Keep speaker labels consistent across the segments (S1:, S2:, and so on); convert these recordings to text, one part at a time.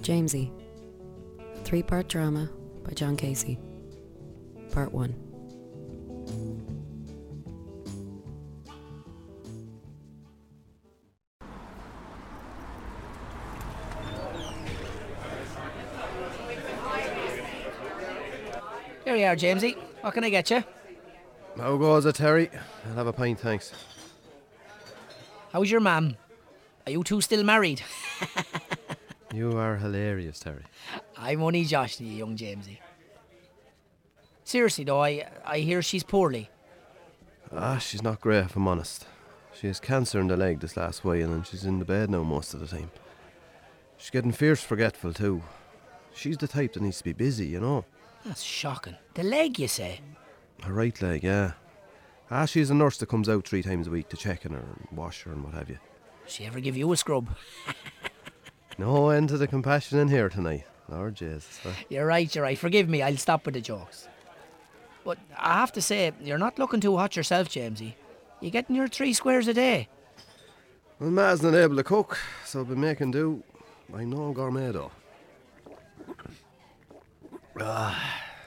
S1: Jamesy. Three part drama by John Casey. Part 1.
S2: Here we are, Jamesy. What can I get you?
S3: How goes it, Terry? I'll have a pint, thanks.
S2: How's your mum? Are you two still married?
S3: You are hilarious, Terry.
S2: I'm only joshing you, young Jamesy. Seriously, though, I, I hear she's poorly.
S3: Ah, she's not great, if I'm honest. She has cancer in the leg this last while, and she's in the bed now most of the time. She's getting fierce forgetful, too. She's the type that needs to be busy, you know.
S2: That's shocking. The leg, you say?
S3: Her right leg, yeah. Ah, she's a nurse that comes out three times a week to check on her and wash her and what have you.
S2: She ever give you a scrub?
S3: No end to the compassion in here tonight. Lord Jesus. eh?
S2: You're right, you're right. Forgive me, I'll stop with the jokes. But I have to say, you're not looking too hot yourself, Jamesy. You're getting your three squares a day.
S3: Well, Ma's not able to cook, so I've been making do. I'm no gourmet, though.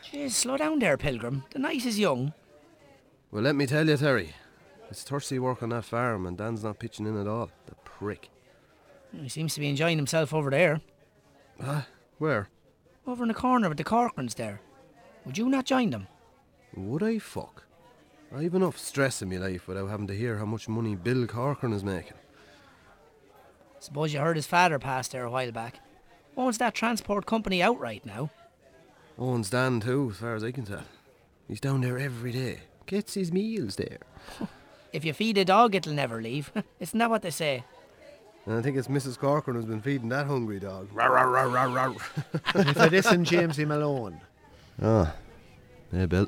S2: Jeez, slow down there, Pilgrim. The night is young.
S3: Well, let me tell you, Terry. It's thirsty work on that farm, and Dan's not pitching in at all. The prick.
S2: He seems to be enjoying himself over there.
S3: Where?
S2: Over in the corner with the Corcorans there. Would you not join them?
S3: Would I fuck? I've enough stress in my life without having to hear how much money Bill Corcoran is making.
S2: Suppose you heard his father pass there a while back. Owns that transport company outright now.
S3: Owns Dan, too, as far as I can tell. He's down there every day. Gets his meals there.
S2: If you feed a dog, it'll never leave. Isn't that what they say?
S3: And I think it's Mrs. Corcoran who's been feeding that hungry dog. Rawr, rawr, rawr, rawr, rawr.
S4: If it isn't Jamesy Malone.
S3: Ah. Hey, Bill.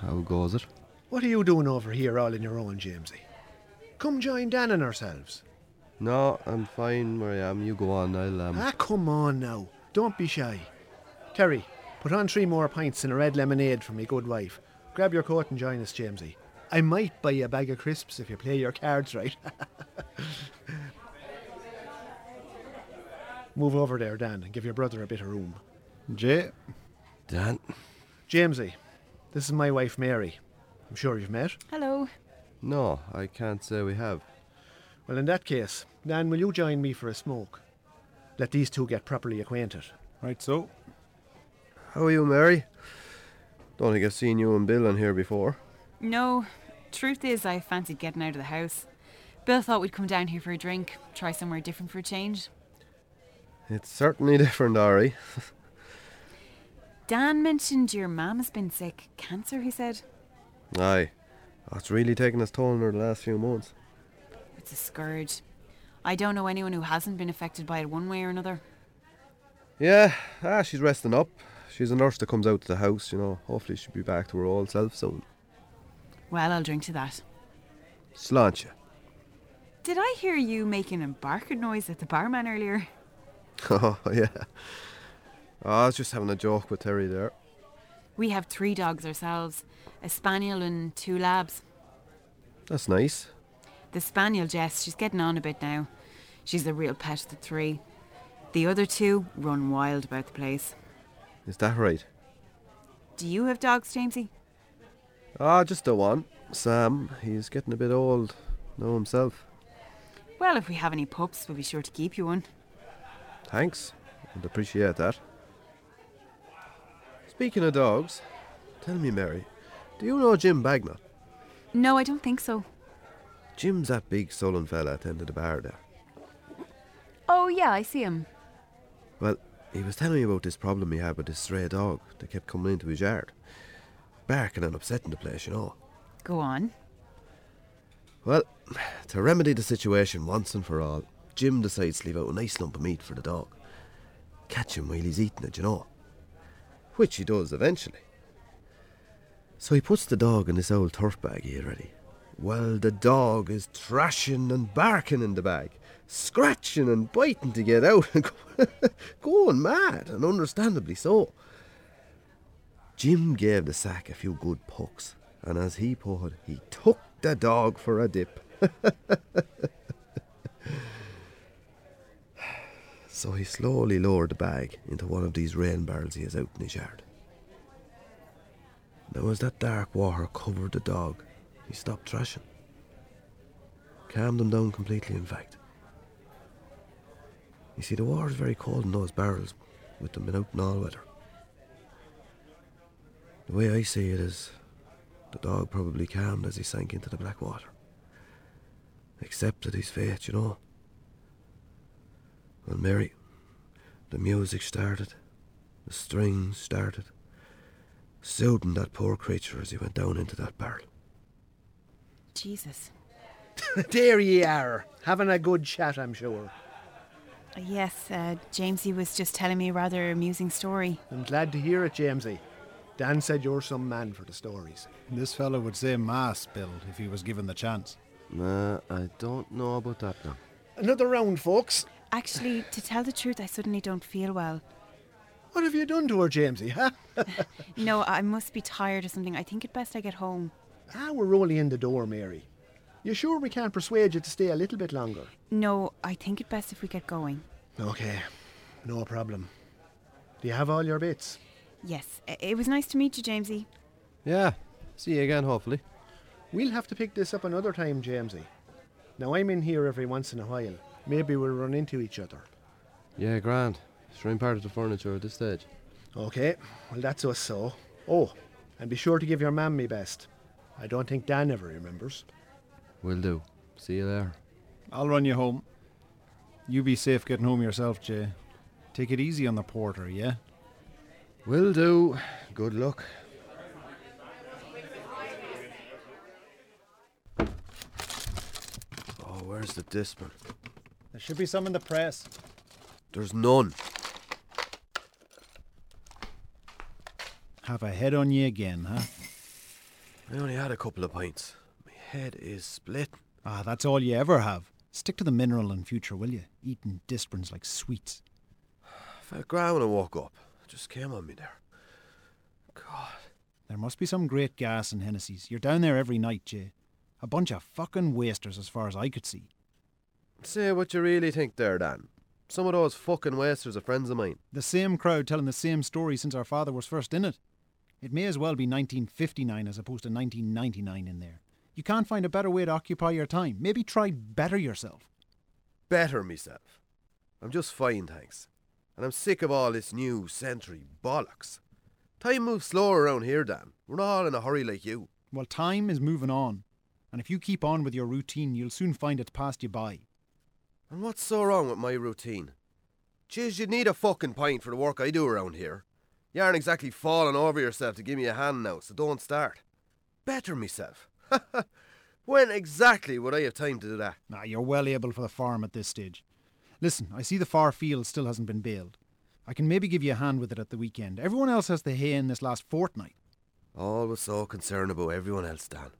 S3: How goes it?
S4: What are you doing over here all on your own, Jamesy? Come join Dan and ourselves.
S3: No, I'm fine where I am. You go on, I'll, um...
S4: Ah, come on now. Don't be shy. Terry, put on three more pints and a red lemonade for me good wife. Grab your coat and join us, Jamesy. I might buy you a bag of crisps if you play your cards right. Move over there, Dan, and give your brother a bit of room. Jay.
S3: Dan?
S4: Jamesy, this is my wife, Mary. I'm sure you've met.
S5: Hello.
S3: No, I can't say we have.
S4: Well, in that case, Dan, will you join me for a smoke? Let these two get properly acquainted.
S6: Right, so
S3: How are you, Mary? Don't think I've seen you and Bill in here before.
S5: No, truth is, I fancied getting out of the house. Bill thought we'd come down here for a drink, try somewhere different for a change.
S3: It's certainly different, Ari.
S5: Dan mentioned your mam's been sick. Cancer, he said.
S3: Aye. It's really taken its toll on her the last few months.
S5: It's a scourge. I don't know anyone who hasn't been affected by it one way or another.
S3: Yeah, ah, she's resting up. She's a nurse that comes out to the house, you know. Hopefully she'll be back to her old self soon.
S5: Well, I'll drink to that.
S3: Sláinte.
S5: Did I hear you making a barking noise at the barman earlier?
S3: Oh, yeah. Ah, I was just having a joke with Terry there.
S5: We have three dogs ourselves a spaniel and two labs.
S3: That's nice.
S5: The spaniel, Jess, she's getting on a bit now. She's a real pet of the three. The other two run wild about the place.
S3: Is that right?
S5: Do you have dogs, Jamesy?
S3: Ah, just the one. Sam, he's getting a bit old now himself.
S5: Well, if we have any pups, we'll be sure to keep you one.
S3: Thanks. I'd appreciate that. Speaking of dogs, tell me, Mary, do you know Jim Bagnall?
S5: No, I don't think so.
S3: Jim's that big sullen fella at the end of the bar there.
S5: Oh, yeah, I see him.
S3: Well, he was telling me about this problem he had with this stray dog that kept coming into his yard, barking and upsetting the place, you know.
S5: Go on.
S3: Well, to remedy the situation once and for all, Jim decides to leave out a nice lump of meat for the dog. Catch him while he's eating it, you know. Which he does eventually. So he puts the dog in this old turf bag he had ready. Well, the dog is thrashing and barking in the bag, scratching and biting to get out and go- going mad, and understandably so. Jim gave the sack a few good pucks, and as he poured, he took the dog for a dip. So he slowly lowered the bag into one of these rain barrels he has out in his yard. Now, as that dark water covered the dog, he stopped thrashing. Calmed him down completely, in fact. You see, the water's very cold in those barrels, with them been out in all weather. The way I see it is, the dog probably calmed as he sank into the black water. Accepted his fate, you know. And Mary, the music started, the strings started, soothing that poor creature as he went down into that barrel.
S5: Jesus.
S4: there ye are, having a good chat, I'm sure.
S5: Yes, uh, Jamesy was just telling me a rather amusing story.
S4: I'm glad to hear it, Jamesy. Dan said you're some man for the stories.
S6: This fellow would say Mass, Bill, if he was given the chance.
S3: Nah, I don't know about that now.
S4: Another round, folks.
S5: Actually, to tell the truth, I suddenly don't feel well.
S4: What have you done to her, Jamesy, huh?
S5: No, I must be tired or something. I think it best I get home.
S4: ah, we're only in the door, Mary. You sure we can't persuade you to stay a little bit longer?
S5: No, I think it best if we get going.
S4: Okay, no problem. Do you have all your bits?
S5: Yes, i- it was nice to meet you, Jamesy.
S7: Yeah. See you again, hopefully.
S4: We'll have to pick this up another time, Jamesy. Now I'm in here every once in a while. Maybe we'll run into each other.
S7: Yeah, grand. Sure, I'm part of the furniture at this stage.
S4: Okay, well that's us so. Oh, and be sure to give your mam me best. I don't think Dan ever remembers.
S7: Will do. See you there.
S6: I'll run you home. You be safe getting home yourself, Jay. Take it easy on the porter, yeah?
S7: Will do. Good luck.
S3: Oh, where's the disper?
S6: There should be some in the press.
S3: There's none.
S6: Have a head on you again, huh?
S3: I only had a couple of pints. My head is split.
S6: Ah, that's all you ever have. Stick to the mineral in future, will you? Eating disperns like sweets.
S3: I felt grand when I woke up. It just came on me there. God.
S6: There must be some great gas in Hennessy's. You're down there every night, Jay. A bunch of fucking wasters, as far as I could see.
S3: Say what you really think there, Dan. Some of those fucking wasters are friends of mine.
S6: The same crowd telling the same story since our father was first in it. It may as well be 1959 as opposed to 1999 in there. You can't find a better way to occupy your time. Maybe try better yourself.
S3: Better myself. I'm just fine, thanks. And I'm sick of all this new century bollocks. Time moves slower around here, Dan. We're not all in a hurry like you.
S6: Well, time is moving on, and if you keep on with your routine, you'll soon find it's passed you by.
S3: And what's so wrong with my routine? Jeez, you'd need a fucking pint for the work I do around here. You aren't exactly falling over yourself to give me a hand now, so don't start. Better myself. when exactly would I have time to do that?
S6: Now, you're well able for the farm at this stage. Listen, I see the far field still hasn't been baled. I can maybe give you a hand with it at the weekend. Everyone else has the hay in this last fortnight.
S3: Always so concerned about everyone else, Dan.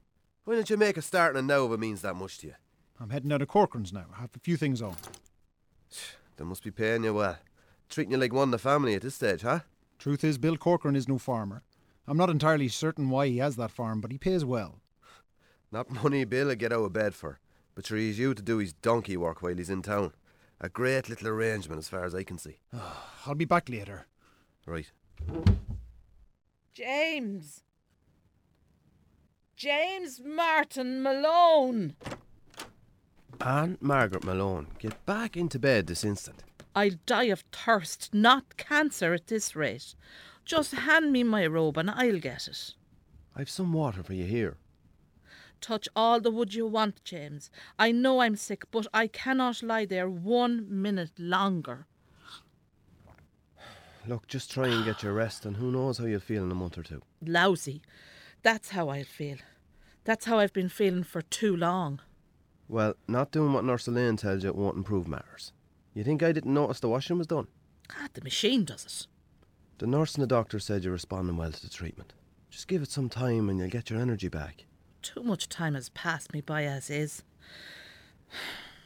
S3: Why don't you make a start and now if it means that much to you?
S6: I'm heading out of Corcoran's now. I have a few things on.
S3: They must be paying you well. Treating you like one of the family at this stage, huh?
S6: Truth is, Bill Corcoran is no farmer. I'm not entirely certain why he has that farm, but he pays well.
S3: Not money Bill will get out of bed for, but sure he's you to do his donkey work while he's in town. A great little arrangement as far as I can see.
S6: I'll be back later.
S3: Right.
S8: James! James Martin Malone!
S3: Aunt Margaret Malone, get back into bed this instant.
S8: I'll die of thirst, not cancer at this rate. Just hand me my robe and I'll get it.
S3: I've some water for you here.
S8: Touch all the wood you want, James. I know I'm sick, but I cannot lie there one minute longer.
S3: Look, just try and get your rest, and who knows how you'll feel in a month or two.
S8: Lousy. That's how I'll feel. That's how I've been feeling for too long.
S3: Well, not doing what Nurse Elaine tells you won't improve matters. You think I didn't notice the washing was done?
S8: Ah, the machine does it.
S3: The nurse and the doctor said you're responding well to the treatment. Just give it some time and you'll get your energy back.
S8: Too much time has passed me by as is.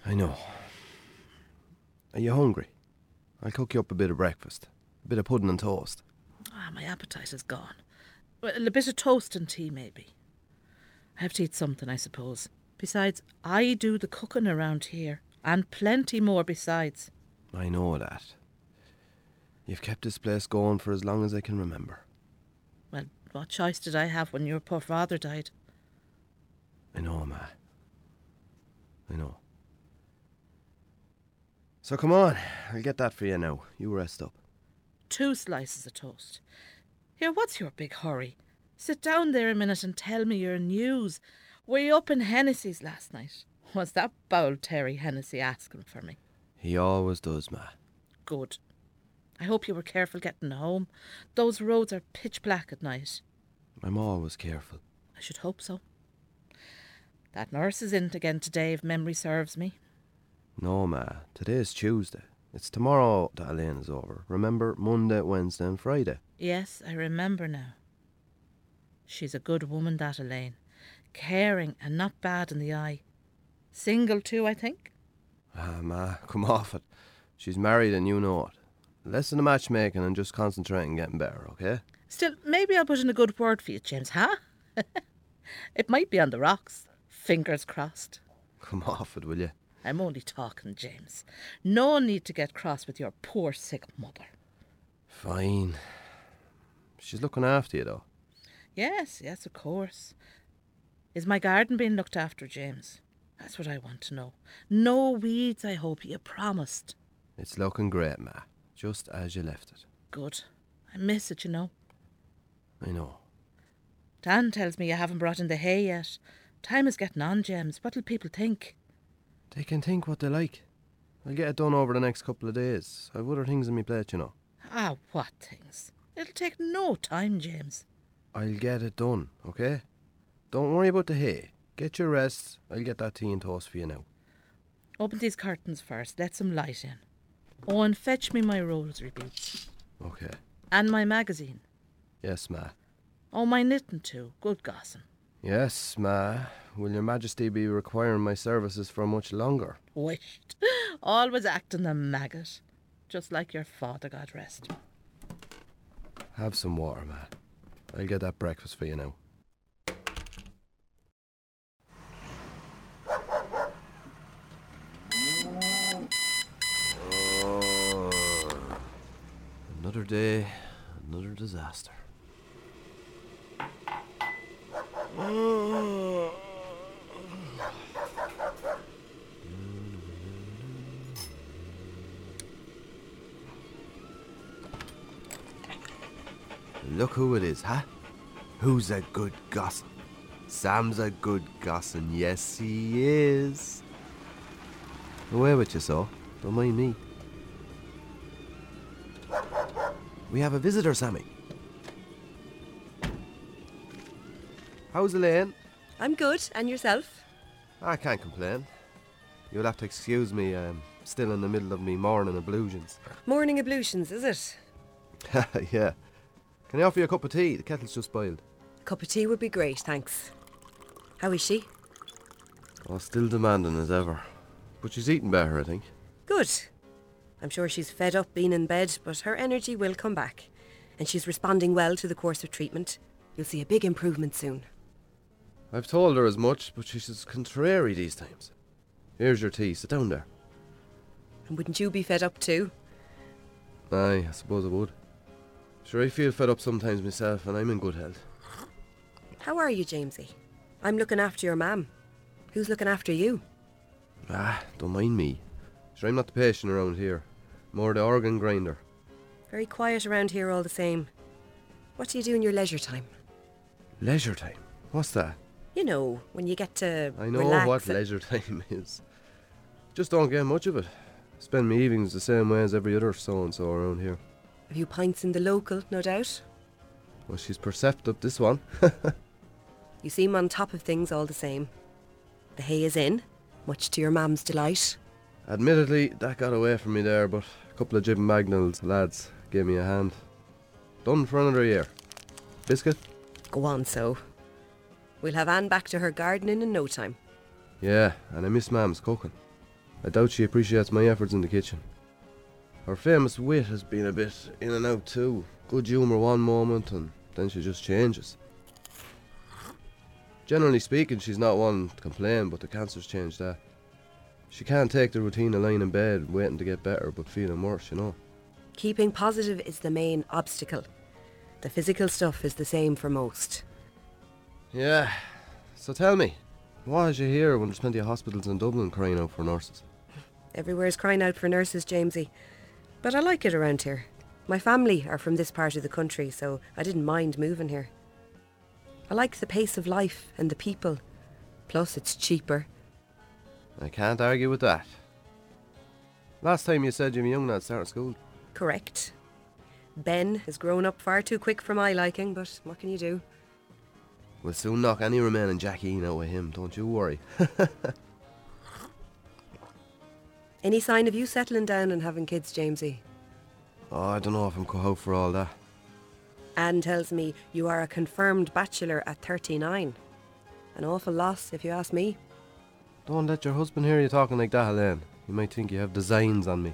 S3: I know. Are you hungry? I'll cook you up a bit of breakfast. A bit of pudding and toast.
S8: Ah, my appetite is gone. Well, a bit of toast and tea, maybe. I have to eat something, I suppose. Besides, I do the cooking around here, and plenty more besides.
S3: I know that. You've kept this place going for as long as I can remember.
S8: Well, what choice did I have when your poor father died?
S3: I know, Ma. I know. So come on, I'll get that for you now. You rest up.
S8: Two slices of toast. Here, what's your big hurry? Sit down there a minute and tell me your news. Were you up in Hennessy's last night? Was that bold Terry Hennessy asking for me?
S3: He always does, Ma.
S8: Good. I hope you were careful getting home. Those roads are pitch black at night.
S3: I'm always careful.
S8: I should hope so. That nurse is in again today, if memory serves me.
S3: No, Ma. Today's Tuesday. It's tomorrow that Elaine is over. Remember, Monday, Wednesday, and Friday.
S8: Yes, I remember now. She's a good woman, that Elaine. Caring and not bad in the eye. Single, too, I think.
S3: Ah, Ma, come off it. She's married and you know it. Less than the matchmaking and just concentrate on getting better, okay?
S8: Still, maybe I'll put in a good word for you, James, huh? it might be on the rocks. Fingers crossed.
S3: Come off it, will you?
S8: I'm only talking, James. No need to get cross with your poor sick mother.
S3: Fine. She's looking after you, though.
S8: Yes, yes, of course. Is my garden being looked after, James? That's what I want to know. No weeds, I hope you promised.
S3: It's looking great, Ma. Just as you left it.
S8: Good. I miss it, you know.
S3: I know.
S8: Dan tells me you haven't brought in the hay yet. Time is getting on, James. What'll people think?
S3: They can think what they like. I'll get it done over the next couple of days. I've other things on my plate, you know.
S8: Ah, what things? It'll take no time, James.
S3: I'll get it done, okay? Don't worry about the hay. Get your rest. I'll get that tea and toast for you now.
S8: Open these curtains first. Let some light in. Oh, and fetch me my rosary beads.
S3: Okay.
S8: And my magazine.
S3: Yes, ma.
S8: Oh, my knitting too. Good gossip.
S3: Yes, ma. Will your majesty be requiring my services for much longer?
S8: Wished. Always acting a maggot. Just like your father, God rest. him.
S3: Have some water, ma. I'll get that breakfast for you now. Oh. Another day, another disaster.
S9: Look who it is, huh? Who's a good gossip? Sam's a good gossip, yes he is. Away with you, so. Don't mind me. We have a visitor, Sammy. How's Elaine?
S10: I'm good, and yourself?
S9: I can't complain. You'll have to excuse me, I'm still in the middle of me morning ablutions.
S10: Morning ablutions, is it?
S9: yeah. Can I offer you a cup of tea? The kettle's just boiled.
S10: A cup of tea would be great, thanks. How is she?
S3: Oh, still demanding as ever. But she's eating better, I think.
S10: Good. I'm sure she's fed up being in bed, but her energy will come back. And she's responding well to the course of treatment. You'll see a big improvement soon.
S3: I've told her as much, but she's contrary these times. Here's your tea. Sit down there.
S10: And wouldn't you be fed up too?
S3: Aye, I suppose I would. Sure, I feel fed up sometimes myself, and I'm in good health.
S10: How are you, Jamesy? I'm looking after your mam. Who's looking after you?
S3: Ah, don't mind me. Sure, I'm not the patient around here. More the organ grinder.
S10: Very quiet around here all the same. What do you do in your leisure time?
S3: Leisure time? What's that?
S10: You know, when you get to
S3: I know
S10: relax
S3: what
S10: a-
S3: leisure time is. Just don't get much of it. Spend my evenings the same way as every other so and so around here.
S10: Have you pints in the local, no doubt?
S3: Well, she's perceptive, this one.
S10: You seem on top of things all the same. The hay is in, much to your mam's delight.
S3: Admittedly, that got away from me there, but a couple of Jim Magnals lads gave me a hand. Done for another year. Biscuit?
S10: Go on, so. We'll have Anne back to her gardening in no time.
S3: Yeah, and I miss Mam's cooking. I doubt she appreciates my efforts in the kitchen. Her famous wit has been a bit in and out too. Good humour one moment, and then she just changes. Generally speaking, she's not one to complain, but the cancer's changed that. She can't take the routine of lying in bed waiting to get better but feeling worse, you know.
S10: Keeping positive is the main obstacle. The physical stuff is the same for most.
S3: Yeah. So tell me, why is you here when there's plenty of hospitals in Dublin crying out for nurses?
S10: Everywhere's crying out for nurses, Jamesy. But I like it around here. My family are from this part of the country, so I didn't mind moving here. I like the pace of life and the people. Plus, it's cheaper.
S3: I can't argue with that. Last time you said you were young lad starting school.
S10: Correct. Ben has grown up far too quick for my liking, but what can you do?
S3: We'll soon knock any remaining Jackie out of him, don't you worry.
S10: Any sign of you settling down and having kids, Jamesy?
S3: Oh, I don't know if I'm cut out for all that.
S10: Anne tells me you are a confirmed bachelor at 39. An awful loss, if you ask me.
S3: Don't let your husband hear you talking like that, Helene. He might think you have designs on me.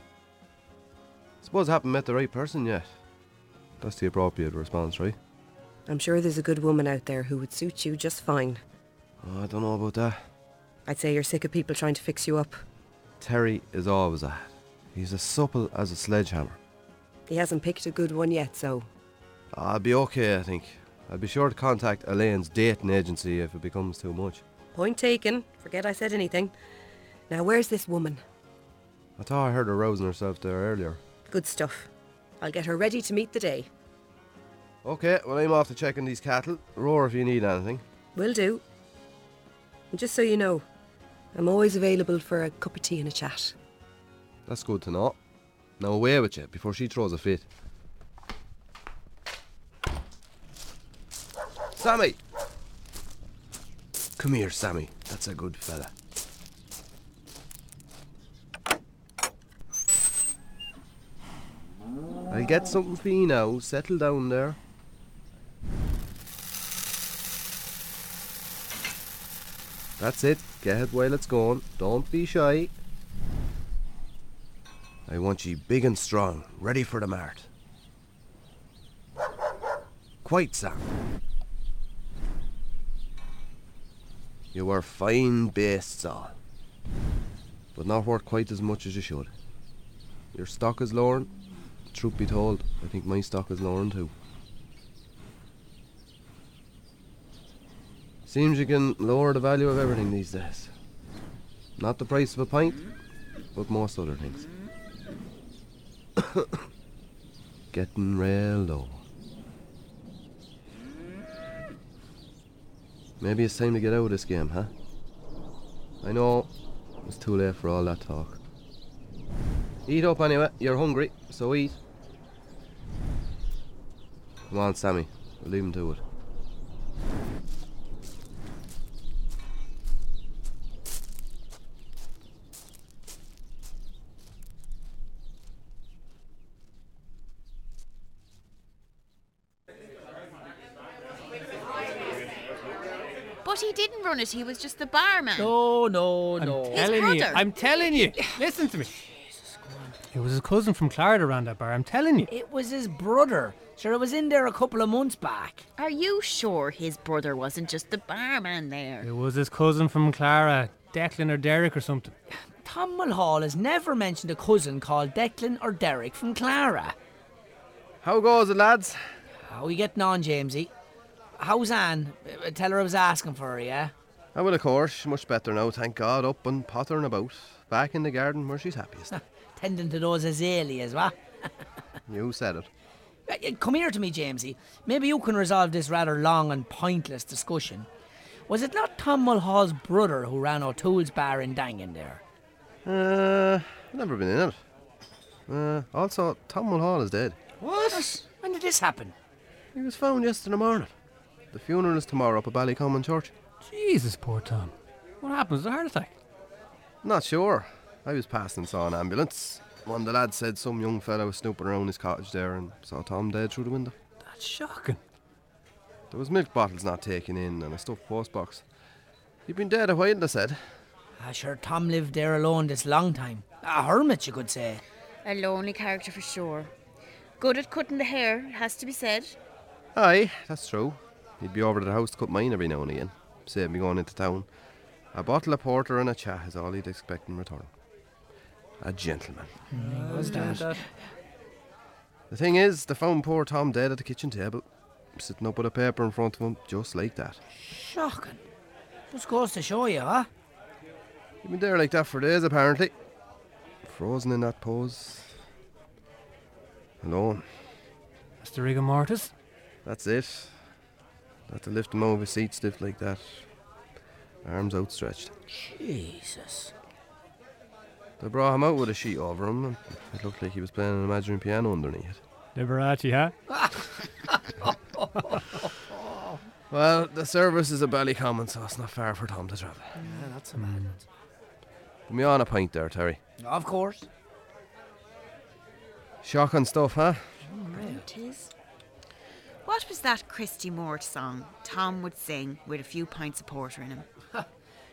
S3: Suppose I haven't met the right person yet. That's the appropriate response, right?
S10: I'm sure there's a good woman out there who would suit you just fine.
S3: Oh, I don't know about that.
S10: I'd say you're sick of people trying to fix you up.
S3: Terry is always at. He's as supple as a sledgehammer.
S10: He hasn't picked a good one yet, so
S3: I'll be okay, I think. I'll be sure to contact Elaine's dating agency if it becomes too much.
S10: point taken. Forget I said anything. Now, where's this woman?
S3: I thought I heard her rousing herself there earlier.
S10: Good stuff. I'll get her ready to meet the day.
S3: Okay, well, I'm off to check on these cattle. Roar if you need anything.
S10: Will do. And just so you know, I'm always available for a cup of tea and a chat.
S3: That's good to know. Now away with you before she throws a fit. Sammy! Come here, Sammy. That's a good fella. I'll get something for you now. Settle down there. That's it. Get it while it's gone. Don't be shy. I want ye big and strong, ready for the mart. Quite, Sam. You were fine based, all, but not worth quite as much as you should. Your stock is lowering. Truth be told, I think my stock is lowering too. Seems you can lower the value of everything these days. Not the price of a pint, but most other things. Getting real low. Maybe it's time to get out of this game, huh? I know it's too late for all that talk. Eat up anyway, you're hungry, so eat. Come on, Sammy, we'll leave him to it.
S11: But he didn't run it, he was just the barman.
S2: No, no,
S12: I'm
S2: no.
S12: telling you.
S11: brother.
S12: I'm telling you. Listen to me. It was his cousin from Clara around that bar. I'm telling you.
S2: It was his brother. Sure, it was in there a couple of months back.
S11: Are you sure his brother wasn't just the barman there?
S12: It was his cousin from Clara, Declan or Derek or something.
S2: Tom Mulhall has never mentioned a cousin called Declan or Derek from Clara.
S3: How goes it, lads?
S2: How are we getting on, Jamesy? How's Anne? Uh, Tell her I was asking for her, yeah?
S3: I will, Oh, of course. Much better now, thank God. Up and pottering about. Back in the garden where she's happiest.
S2: Tending to those azaleas, what?
S3: you said it.
S2: Uh, uh, Come here to me, Jamesy. Maybe you can resolve this rather long and pointless discussion. Was it not Tom Mulhall's brother who ran O'Toole's bar in Dangan there?
S3: Uh, never been in it. Uh, also, Tom Mulhall is dead.
S2: What? When did this happen?
S3: He was found yesterday morning. The funeral is tomorrow up at Ballycommon Church.
S12: Jesus, poor Tom. What happened? Was it a heart attack?
S3: Not sure. I was passing and saw an ambulance. One of the lads said some young fellow was snooping around his cottage there and saw Tom dead through the window.
S12: That's shocking.
S3: There was milk bottles not taken in and a stuffed postbox. He'd been dead a while, they said.
S2: Ah, sure, Tom lived there alone this long time. A hermit, you could say.
S11: A lonely character for sure. Good at cutting the hair, it has to be said.
S3: Aye, that's true. He'd be over to the house to cut mine every now and again. Save me going into town. A bottle of porter and a chat is all he'd expect in return. A gentleman.
S2: was that?
S3: The thing is, they found poor Tom dead at the kitchen table, sitting up with a paper in front of him, just like that.
S2: Shocking. Just goes to show you, huh?
S3: You've been there like that for days, apparently. Frozen in that pose. Alone.
S12: That's the rigor mortis.
S3: That's it. Had to lift him over his seat stiff like that. Arms outstretched.
S2: Jesus.
S3: They brought him out with a sheet over him, and it looked like he was playing an imaginary piano underneath.
S12: Liberace, huh?
S3: Well, the service is a Ballycommon, so it's not far for Tom to travel.
S2: Yeah, that's a man.
S3: Put me on a pint there, Terry.
S2: Of course.
S3: Shocking stuff, huh?
S5: It is. What was that Christy Moore song Tom would sing with a few pints of porter in him?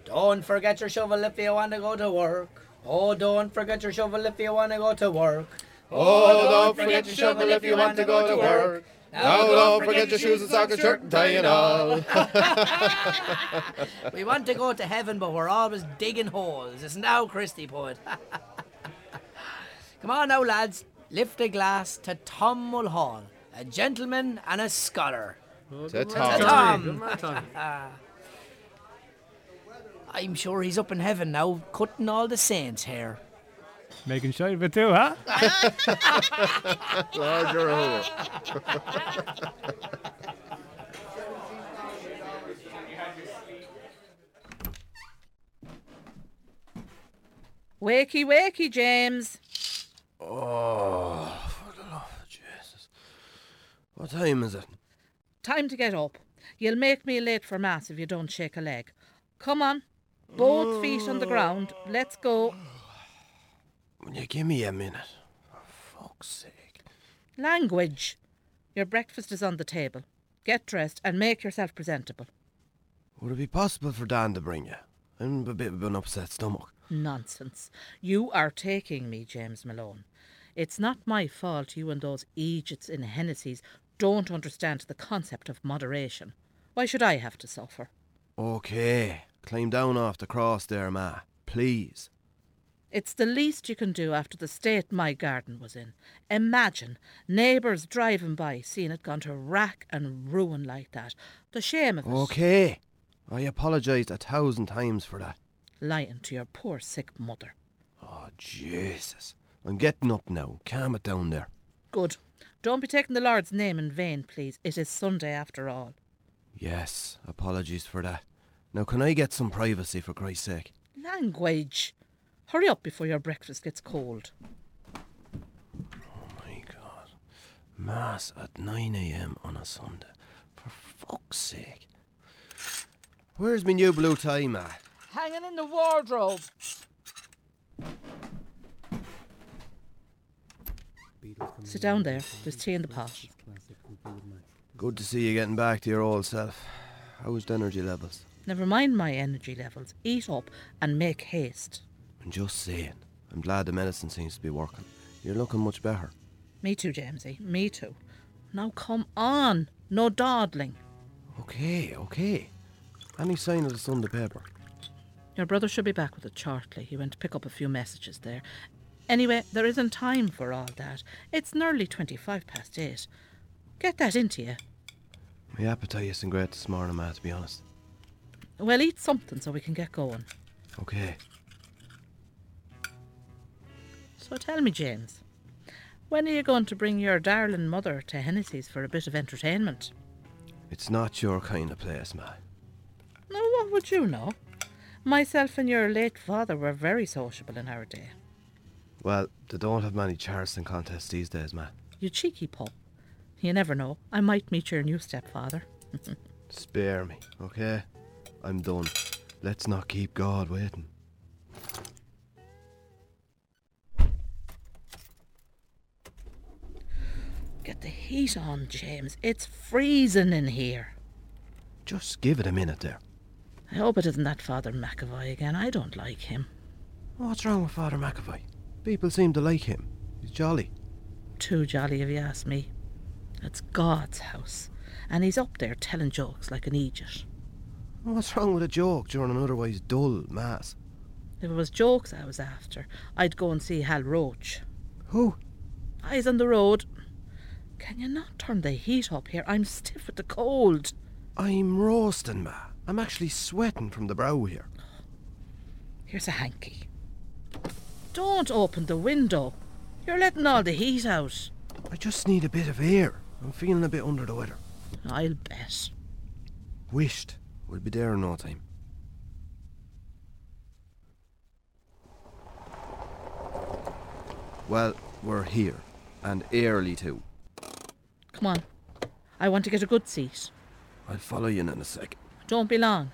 S2: Don't forget your shovel if you want to go to work. Oh, don't forget your shovel if you want to go to work.
S13: Oh, don't forget your shovel if you want to go to work. Now, don't forget your shoes and socks and shirt and tie and all.
S2: we want to go to heaven, but we're always digging holes. It's now Christy poet. Come on now, lads. Lift a glass to Tom Mulhall, a gentleman and a scholar.
S13: To
S2: To
S13: Tom.
S2: Tom. I'm sure he's up in heaven now, cutting all the saints' hair.
S12: Making sure of it too, huh?
S3: Lord, you're a
S8: Wakey, wakey, James.
S3: Oh, for the love of Jesus. What time is it?
S8: Time to get up. You'll make me late for mass if you don't shake a leg. Come on, both feet on the ground. Let's go.
S3: Will you give me a minute? For fuck's sake.
S8: Language. Your breakfast is on the table. Get dressed and make yourself presentable.
S3: Would it be possible for Dan to bring you? I'm a bit of an upset stomach.
S8: Nonsense. You are taking me, James Malone. It's not my fault you and those Egypts in Hennessy's don't understand the concept of moderation. Why should I have to suffer?
S3: Okay, climb down off the cross there, Ma. Please.
S8: It's the least you can do after the state my garden was in. Imagine neighbours driving by seeing it gone to rack and ruin like that. The shame of it.
S3: Okay. I apologised a thousand times for that.
S8: Lying to your poor sick mother.
S3: Oh, Jesus. I'm getting up now. Calm it down there.
S8: Good. Don't be taking the Lord's name in vain, please. It is Sunday after all.
S3: Yes, apologies for that. Now, can I get some privacy for Christ's sake?
S8: Language. Hurry up before your breakfast gets cold.
S3: Oh, Mass at 9 a.m. on a Sunday. For fuck's sake. Where's my new blue tie, Ma?
S8: Hanging in the wardrobe. Sit down there. There's tea in the pot.
S3: Good to see you getting back to your old self. How's the energy levels?
S8: Never mind my energy levels. Eat up and make haste.
S3: I'm just saying. I'm glad the medicine seems to be working. You're looking much better.
S8: Me too, Jamesy. Me too. Now come on. No dawdling.
S3: Okay, okay. Any sign of the Sunday paper?
S8: Your brother should be back with it shortly. He went to pick up a few messages there. Anyway, there isn't time for all that. It's nearly 25 past eight. Get that into you.
S3: My appetite isn't great this morning, Ma, to be honest.
S8: Well, eat something so we can get going.
S3: Okay.
S8: So tell me, James, when are you going to bring your darling mother to Hennessy's for a bit of entertainment?
S3: It's not your kind of place, Ma.
S8: Now, what would you know? Myself and your late father were very sociable in our day.
S3: Well, they don't have many Charleston contests these days, Ma.
S8: You cheeky pup. You never know. I might meet your new stepfather.
S3: Spare me, okay? I'm done. Let's not keep God waiting.
S8: Get the heat on, James. It's freezing in here.
S3: Just give it a minute there.
S8: I hope it isn't that Father McAvoy again. I don't like him.
S3: What's wrong with Father McAvoy? People seem to like him. He's jolly.
S8: Too jolly, if you ask me. It's God's house, and he's up there telling jokes like an Egypt.
S3: What's wrong with a joke during an otherwise dull mass?
S8: If it was jokes I was after, I'd go and see Hal Roach.
S3: Who?
S8: Eyes on the road. Can you not turn the heat up here? I'm stiff with the cold.
S3: I'm roasting, ma. I'm actually sweating from the brow here.
S8: Here's a hanky. Don't open the window. You're letting all the heat out.
S3: I just need a bit of air. I'm feeling a bit under the weather.
S8: I'll bet.
S3: Wished. We'll be there in no time. Well, we're here. And early too.
S8: Come on. I want to get a good seat.
S3: I'll follow you in in a sec.
S8: Don't be long.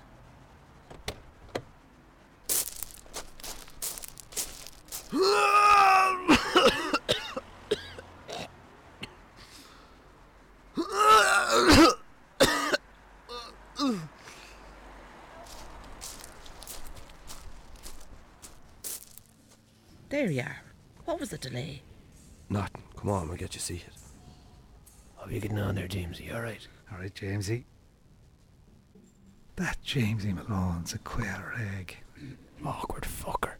S8: There you are. What was the delay?
S3: Nothing. Come on, we'll get you seated.
S14: How are you getting on there, Jamesy? All right.
S15: All right, Jamesy. That Jamesy Malone's a queer egg.
S14: Awkward fucker.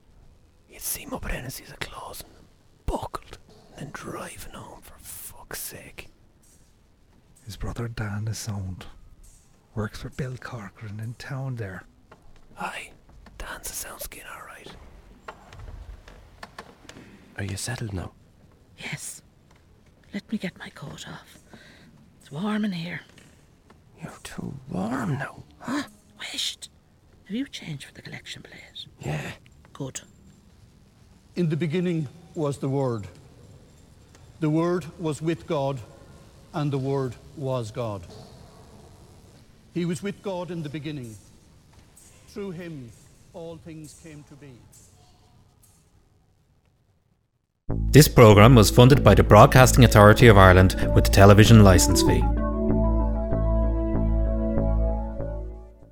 S14: You'd see him up at Hennessy's at closing, buckled, and then driving home for fuck's sake.
S15: His brother Dan is sound. Works for Bill Corcoran in town there.
S14: Aye, Dan's a sound skin, all right.
S3: Are you settled now?
S8: Yes. Let me get my coat off. It's warm in here.
S3: You're too warm now.
S8: Huh? Wished. Have you changed for the collection plate?
S3: Yeah.
S8: Good.
S16: In the beginning was the Word. The Word was with God, and the Word was God. He was with God in the beginning. Through him, all things came to be.
S17: This programme was funded by the Broadcasting Authority of Ireland with the television licence fee.